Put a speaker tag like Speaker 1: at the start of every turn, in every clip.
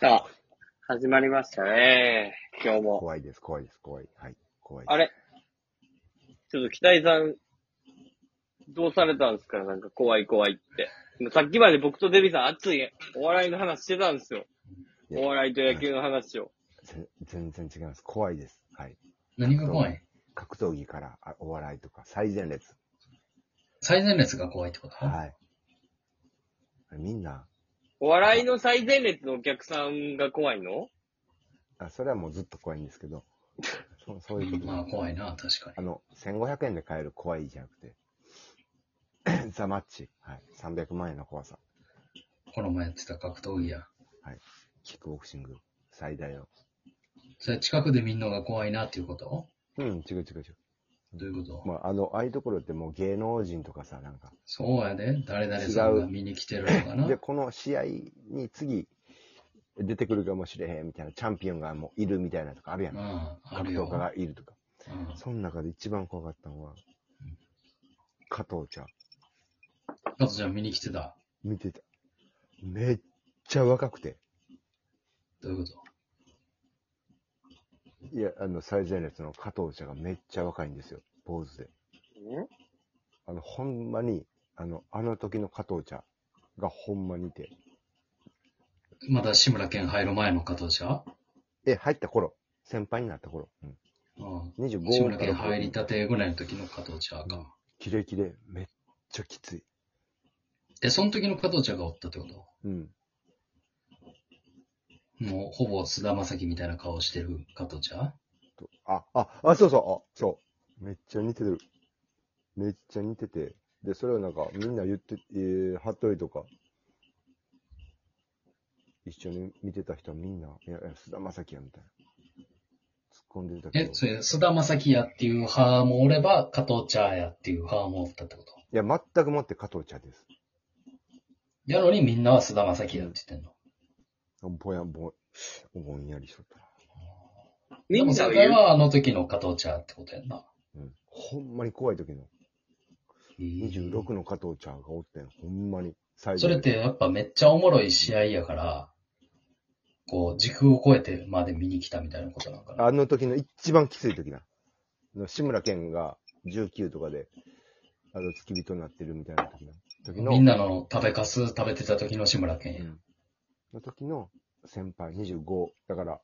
Speaker 1: さあ、始まりましたね。今日も。
Speaker 2: 怖いです、怖いです、怖い。はい。怖い。
Speaker 1: あれちょっと北井さん、どうされたんですかなんか怖い怖いって。もうさっきまで僕とデビさん熱いお笑いの話してたんですよ。
Speaker 2: いや
Speaker 1: お笑いと野球の話を。
Speaker 2: ぜ全然違います。怖いです。はい。
Speaker 3: 何が怖い
Speaker 2: 格闘技からあお笑いとか、最前列。
Speaker 3: 最前列が怖いってこと
Speaker 2: はい。みんな、
Speaker 1: お笑いの最前列のお客さんが怖いの
Speaker 2: あそれはもうずっと怖いんですけど、 そそういうこと
Speaker 3: まあ
Speaker 2: な
Speaker 3: 怖いな、確か
Speaker 2: あの、1500円で買える怖いじゃなくて、 ザ・マッチ。はい。300万円の怖さ。
Speaker 3: に。この前やってた格闘技や。
Speaker 2: キックボクシング、最大を。
Speaker 3: それ近くで見んのが怖いなっていうこと
Speaker 2: うん、違う違う違う。
Speaker 3: どういうこと、
Speaker 2: まあ、あの、ああいうところってもう芸能人とかさ、なんか、
Speaker 3: そうやで。誰々さんが見に来てるのかな
Speaker 2: で、この試合に次、出てくるかもしれへんみたいな、チャンピオンがもういるみたいなとかあるやん。
Speaker 3: うん、あ
Speaker 2: 格
Speaker 3: る
Speaker 2: 闘
Speaker 3: よ。
Speaker 2: 家がいるとか。
Speaker 3: うん
Speaker 2: その中で一番怖かったのは、加藤ちゃん。
Speaker 3: 加藤ちゃん見に来てた。
Speaker 2: 見てた。めっちゃ若くて。
Speaker 3: どういうこと
Speaker 2: いや、あの、最前列の加藤ちゃんがめっちゃ若いんですよ。ポーズで。あの、ほんまに、あの、あの時の加藤ちゃんがほんまにいて。
Speaker 3: まだ志村けん入る前の加藤ちゃん
Speaker 2: え、入った頃。先輩になった頃。うん。
Speaker 3: うん。
Speaker 2: 25
Speaker 3: 志村けん入りたてぐらいの時の加藤ちゃんが。
Speaker 2: キレキレ。めっちゃきつい。
Speaker 3: え、その時の加藤ちゃんがおったってこと
Speaker 2: うん。
Speaker 3: もうほぼ菅田将暉みたいな顔してる加藤ちゃん
Speaker 2: とあ、あ、あ、そうそう、あ、そう。めっちゃ似てる。めっちゃ似てて。で、それをなんか、みんな言って、えー、服部とか、一緒に見てた人はみんな、いや、いや菅田将暉や、みたいな。突っ込んでたけ
Speaker 3: え
Speaker 2: ど。、
Speaker 3: それ、菅田将暉やっていう派もおれば、加藤茶やっていう派もおったってこと
Speaker 2: いや、全くもって加藤茶です。
Speaker 3: やのにみんなは菅田将暉やって言ってんの。
Speaker 2: ぼやぼ、ぼんやりしとった。
Speaker 1: みん
Speaker 3: で
Speaker 1: なは
Speaker 3: もそ
Speaker 1: 言
Speaker 3: れ
Speaker 1: う。
Speaker 3: はあの時の加藤茶ってことやんな。
Speaker 2: うん。ほんまに怖い時の、26の加藤茶がおってん、ほんまに。最
Speaker 3: それってやっぱめっちゃおもろい試合やから、こう、時空を超えてまで見に来たみたいなことなんかな。
Speaker 2: あの時の一番きつい時な。あの志村けんが19とかで、あの、付き人になってるみたいな時な。時の、
Speaker 3: みんなの食べかす食べてた時の志村けん
Speaker 2: う
Speaker 3: や。
Speaker 2: んの時の先輩25。だから、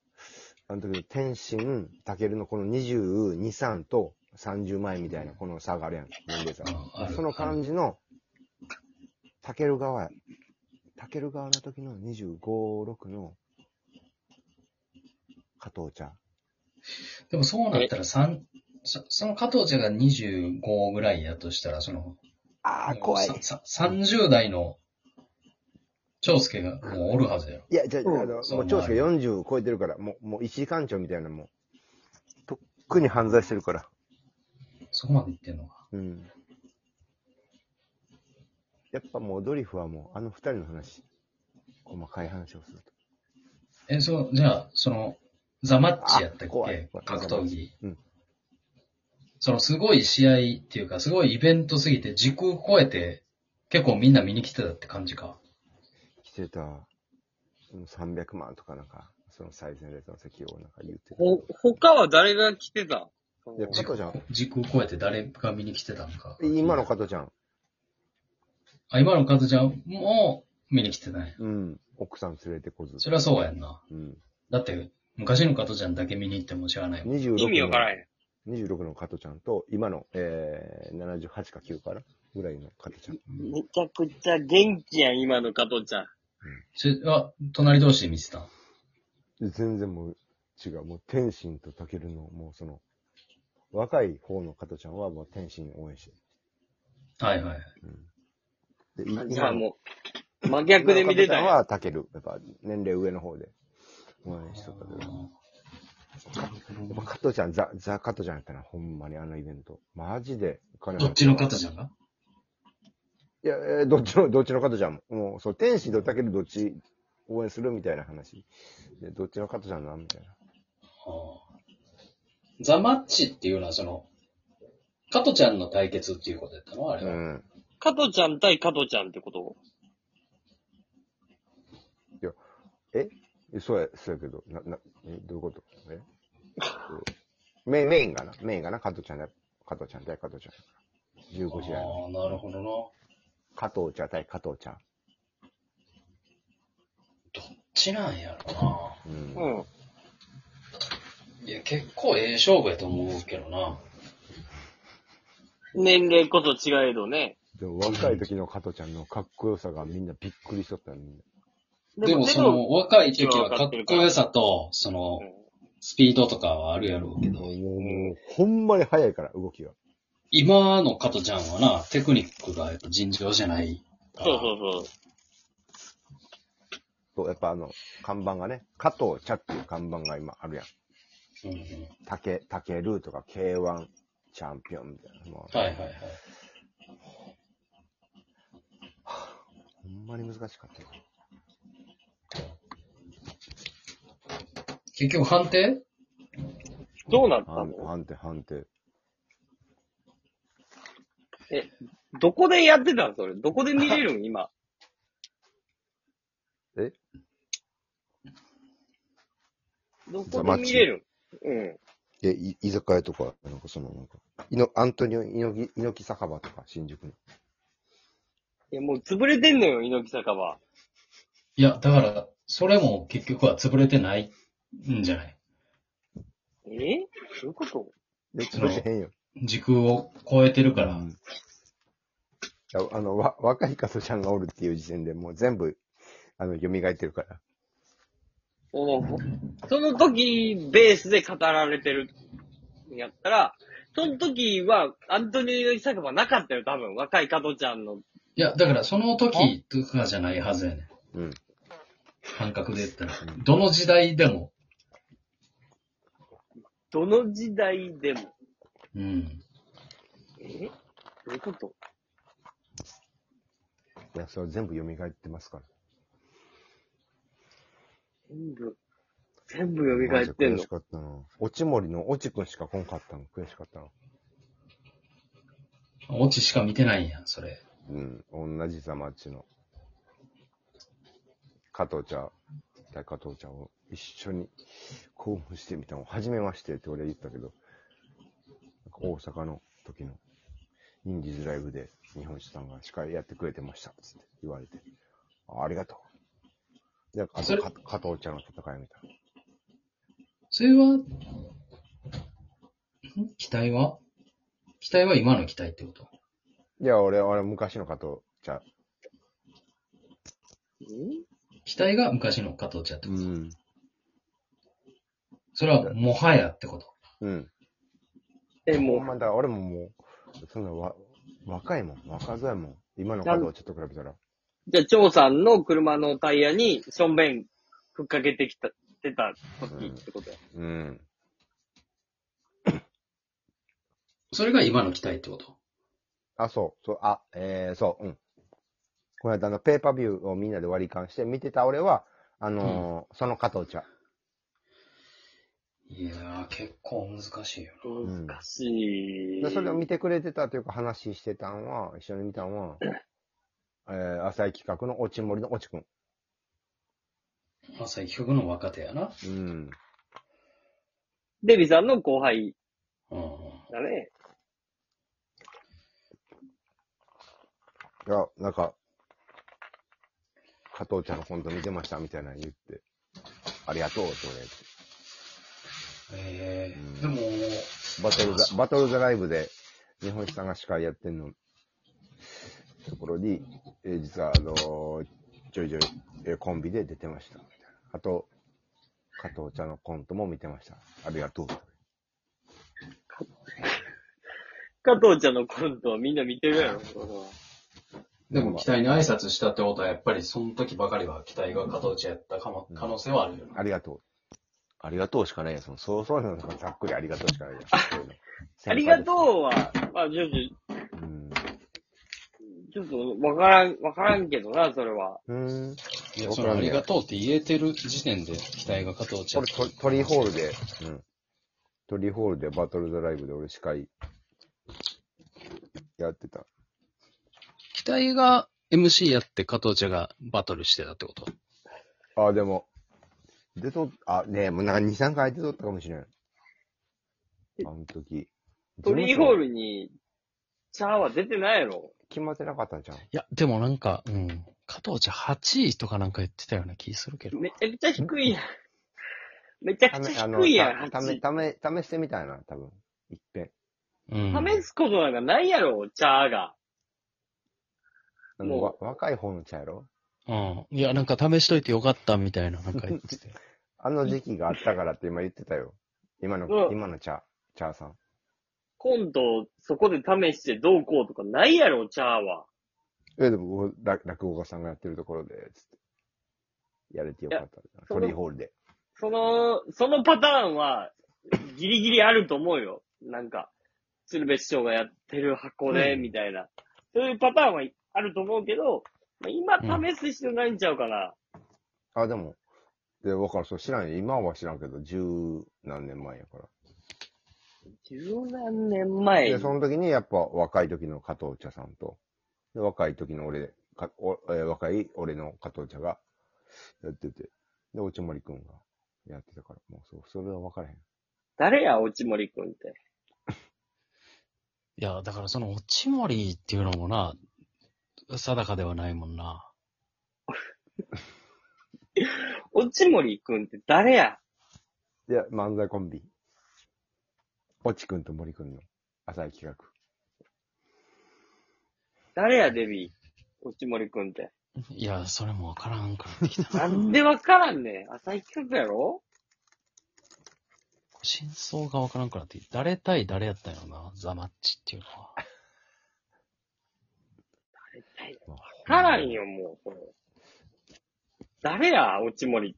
Speaker 2: あの時の天心、たけるのこの22、3と30前みたいな、この差があるやん。年齢差
Speaker 3: うんある
Speaker 2: その感じの、たける側や。たける側の時の25、6の、加藤茶。
Speaker 3: でもそうなったら3、そその加藤茶が25ぐらいやとしたら、その、
Speaker 2: ああ、怖い。
Speaker 3: ささ30代の、長介がもうおるはずやろ。
Speaker 2: いや、じゃあ、
Speaker 1: うん
Speaker 2: あの、
Speaker 3: そう
Speaker 2: もう長介40超えてるから、もう、もう一時館長みたいな、もう、とっくに犯罪してるから。
Speaker 3: そこまで言ってんのか。
Speaker 2: うん。やっぱもうドリフはもう、あの二人の話、細かい話をすると。
Speaker 3: え、そう、じゃあ、その、ザ・マッチやった
Speaker 2: あ
Speaker 3: っ
Speaker 2: 怖い
Speaker 3: け格闘技。
Speaker 2: うん
Speaker 3: その、すごい試合っていうか、すごいイベントすぎて、時空超えて、結構みんな見に来てたって感じか。
Speaker 2: 来てた、うん300万とかなんか、その最前列の席をなんか言ってた。
Speaker 1: ほ、他は誰が来てた
Speaker 2: いや加藤ちゃん、
Speaker 3: 時空超えて誰が見に来てたのか。
Speaker 2: 今の加藤ちゃん、
Speaker 3: あ、今のカズちゃんも見に来てない。
Speaker 2: うん、奥さん連れてこず。
Speaker 3: それはそうやんな。
Speaker 2: うん。
Speaker 3: だって、昔のカズちゃんだけ見に行っても知らないもん。
Speaker 2: 26
Speaker 1: 意味わから
Speaker 2: の、
Speaker 1: へん。
Speaker 2: 26の加藤ちゃんと、今の、えー、78か9かなぐらいの加藤ちゃん。
Speaker 1: めちゃくちゃ元気やん、今の加藤ちゃん。
Speaker 3: それは、隣同士で見てた。
Speaker 2: で全然もう違う。もう天心とタケルの、もうその、若い方の加トちゃんはもう天心を応援して
Speaker 3: はいはい。
Speaker 2: る。で、い
Speaker 1: じゃあ
Speaker 2: 今の
Speaker 1: もう、真逆で見てた
Speaker 2: 今の加トちゃん
Speaker 1: んや。
Speaker 2: はタケル。やっぱ年齢上の方で応援しとったけど。やっぱ加トちゃん、ザ、ザ加トちゃんやったな、ほんまにあのイベント。マジで金
Speaker 3: どっちのカズちゃんが
Speaker 2: いや、えーどっちの、どっちの加トちゃんも。もう、そう、天心とタケルどっち応援するみたいな話。で、どっちの加トちゃんなんみたいな。
Speaker 3: ザ・マッチっていうのは、その、加トちゃんの対決っていうことやったのあれ
Speaker 2: う
Speaker 3: は。
Speaker 2: ん。
Speaker 1: 加藤ちゃん対加藤ちゃんってこと
Speaker 2: ええそうや、そうやけど、な、な、え、どういうことえ そうメイン、メインがな、メインがな、加藤ちゃんだ、加藤ちゃん対加藤ちゃん。15試合の。
Speaker 3: ああ、なるほどな。
Speaker 2: 加藤茶対加藤ちゃん。
Speaker 3: どっちなんやろな。
Speaker 2: うん。
Speaker 1: うん。
Speaker 3: いや、結構ええ勝負やと思うけどな。
Speaker 1: 年齢こそ違えどね。
Speaker 2: でも若い時の加藤ちゃんのかっこよさがみんなびっくりしとったよみんな。
Speaker 3: でも、
Speaker 1: 手
Speaker 3: その、若い時
Speaker 1: 手が
Speaker 3: は
Speaker 1: 分
Speaker 3: か
Speaker 1: か
Speaker 3: っ
Speaker 1: ってる
Speaker 3: こ
Speaker 1: から
Speaker 3: よさと、その
Speaker 1: う、ん
Speaker 3: スピードとかはあるやろうけ
Speaker 2: も
Speaker 3: ど
Speaker 2: う、、もう、ほんまに早いから、動きが。
Speaker 3: 今の加トちゃんはな、テクニックがやっぱ尋常じゃないから。
Speaker 1: そうそう
Speaker 2: そう、やっぱあの、看板がね、加藤茶っていう看板が今あるやん。
Speaker 3: うんうん。
Speaker 2: たけ、たけるとか K1 チャンピオンみたいな。もう
Speaker 3: はいはいはい。
Speaker 2: ほんまに難しかったよ。
Speaker 3: 結局判定
Speaker 1: そう。どうなった
Speaker 2: 判
Speaker 1: の
Speaker 2: 判定、判定。
Speaker 1: どこでやってたのそれ。どこで見れるん今。
Speaker 2: え
Speaker 1: どこで見れるんうん。
Speaker 2: え、い居酒屋とか、なんかその、なんか、いの、アントニオ、猪木、猪木酒場とか、新宿の。
Speaker 1: いや、もう潰れてんのよ、猪木酒場。
Speaker 3: いや、だから、それも結局は潰れてないんじゃない
Speaker 1: えどういうこと
Speaker 2: え、潰れてへんよ。
Speaker 3: 時空を超えてるから
Speaker 2: う。んいやあの、わ、若い加藤ちゃんがおるっていう時点でもう全部、あの、蘇ってるから。
Speaker 1: おうその時、ベースで語られてる、やったら、その時は、アントニオ猪木酒場なかったよ、多分。若い加トちゃんの。
Speaker 3: いや、だからその時とかじゃないはずやねん。
Speaker 2: うん。
Speaker 3: 感覚で言ったら。どの時代でも。
Speaker 1: どの時代でも。
Speaker 3: うん。
Speaker 1: えどういうこと
Speaker 2: いや、それは全部蘇ってますから。
Speaker 1: 全部、全部蘇ってん
Speaker 2: マジで悔
Speaker 1: の
Speaker 2: し。かったな。落ち森の落ちくんしか来んかったの。悔しかったな。
Speaker 3: オチしか見てないんやん、それ。
Speaker 2: うん。同じザマッチの。加藤ちゃん、対加藤ちゃんを一緒に興奮してみたの。初めましてって俺は言ったけど、なんか大阪の時のインディーズライブで日本酒さんが司会やってくれてました。つって言われて。あありがとう。で、あと
Speaker 3: それ
Speaker 2: か加藤ちゃんの戦いみたいな。
Speaker 3: それは、ん期待は期待は今の期待ってこと
Speaker 2: いや、俺、俺昔の加藤ちゃん。
Speaker 3: 期待が昔の加藤茶ってこと、
Speaker 2: ん。
Speaker 3: それはもはやってこと
Speaker 2: うん。
Speaker 1: え、
Speaker 2: もう、
Speaker 1: も
Speaker 2: まだ俺ももう、そんなわ、若いもん、若造やもん。今の角をちょっと比べたら。
Speaker 1: う、じゃあ、張さんの車のタイヤに、しょんべん、ふっかけてきた、出た時ってことや。
Speaker 2: うん。
Speaker 3: それが今の期待ってこと
Speaker 2: あ、そう、そう、あ、えー、そう、うん。この間、あの、ペーパービューをみんなで割り勘して見てた俺は、あのーその加藤茶。
Speaker 3: いやー、結構難しいよ
Speaker 2: ん
Speaker 1: 難しい。
Speaker 2: でそれを見てくれてたというか話してたんは、一緒に見たんは、えー、浅井企画の落ち森の落ちくん。
Speaker 3: な。まさに企画の若手やな。
Speaker 2: うん。
Speaker 1: デビさんの後輩
Speaker 3: うんうん。
Speaker 1: だね。
Speaker 2: いや、なんか、加藤ちゃんのコント見てましたみたいなの言って、ありがとうって俺言って。
Speaker 3: えー、で
Speaker 2: う
Speaker 3: も、
Speaker 2: バトルザ、バトルザライブで、日本一さんが司会やってんの、ところに、えー実は、あのーちょいちょい、えーコンビで出てました。みたいなあと、加藤茶のコントも見てました。ありがとう。
Speaker 1: 加藤ちゃんのコントはみんな見てるやろ、それは
Speaker 3: でも期待に挨拶したってことは、やっぱりその時ばかりは期待が加藤茶やったかも可能性はあるよな。
Speaker 2: ありがとう。ありがとうしかないよ。その、そうそうなのざっくりありがとうしかないよ。
Speaker 1: ありがとうは、まあ、ちょっと、
Speaker 2: う。うん。
Speaker 1: ちょっと、わからん、わからんけどな、それは。
Speaker 2: うん。
Speaker 4: いや、そのありがとうって言えてる時点で、期待が加藤ちゃ
Speaker 2: こ
Speaker 4: ん
Speaker 2: れ。トリトリーホールで、うん。トリーホールでバトルザライブで俺司会やってた。
Speaker 4: 期待が MC やって加藤ちゃんがバトルしてたってこと
Speaker 2: あ、でも、出とっ、あ、ねえ、もうなんか2、3回出とったかもしれん。あの時。
Speaker 1: トリーホールに、チャーは出てないやろ。
Speaker 2: 決まってなかったんじゃん。
Speaker 3: いや、でもなんか、うん。加藤ちゃん8位とかなんか言ってたような気するけど。
Speaker 1: めちゃくちゃ低いやん。 めちゃ
Speaker 2: た
Speaker 1: く
Speaker 2: め
Speaker 1: ち
Speaker 2: あ
Speaker 1: ゃ
Speaker 2: の
Speaker 1: 低いやん、
Speaker 2: た
Speaker 1: 8
Speaker 2: め、ため、試してみたいな、多分。いっぺん。
Speaker 3: うん。
Speaker 1: 試すことなんかないやろ、チャーが。
Speaker 2: あの
Speaker 1: もう
Speaker 2: わ若い方の茶やろ
Speaker 3: うん。いや、なんか試しといてよかったみ たいな、なんか言ってて。
Speaker 2: あの時期があったからって今言ってたよ。今の、
Speaker 1: うん
Speaker 2: 今の茶、茶さん。
Speaker 1: 今度、そこで試してどうこうとかないやろ、チャーは。
Speaker 2: え、でも、おら落語家さんがやってるところで、つって。やれてよかった。
Speaker 1: そ
Speaker 2: ト
Speaker 1: の
Speaker 2: リーホールで。
Speaker 1: その、そのパターンは、ギリギリあると思うよ。なんか、鶴瓶師匠がやってる箱で、
Speaker 2: うん
Speaker 1: みたいな。そういうパターンはあると思うけど、まあ今試す必要ないんちゃうかな。
Speaker 2: あ、でも、で、わかる、そう知らんよ。今は知らんけど、十何年前やから。
Speaker 1: 十何年前
Speaker 2: で、その時にやっぱ若い時の加藤茶さんと、で若い時の俺で、かおえー若い俺の加藤茶がやってて、で、おちもりくんがやってたから、もうそう、それは分からへん。
Speaker 1: 誰や、落ち森くんって。
Speaker 3: いや、だからその、落ち森っていうのもな、定かではないもんな。
Speaker 1: 落ち森くんって誰や
Speaker 2: で、漫才コンビ。おちくんと森くんの浅い企画。
Speaker 1: 誰や、デビー。落ち森くんって。
Speaker 3: いや、それもわからんからってき
Speaker 1: な
Speaker 3: た。
Speaker 1: んでわからんねん。浅い企画やろ
Speaker 3: 真相がわからんからってきた。誰対誰やったんやろな、ザマッチっていうのは。
Speaker 1: わからんよ、もう。これ誰や、落ち森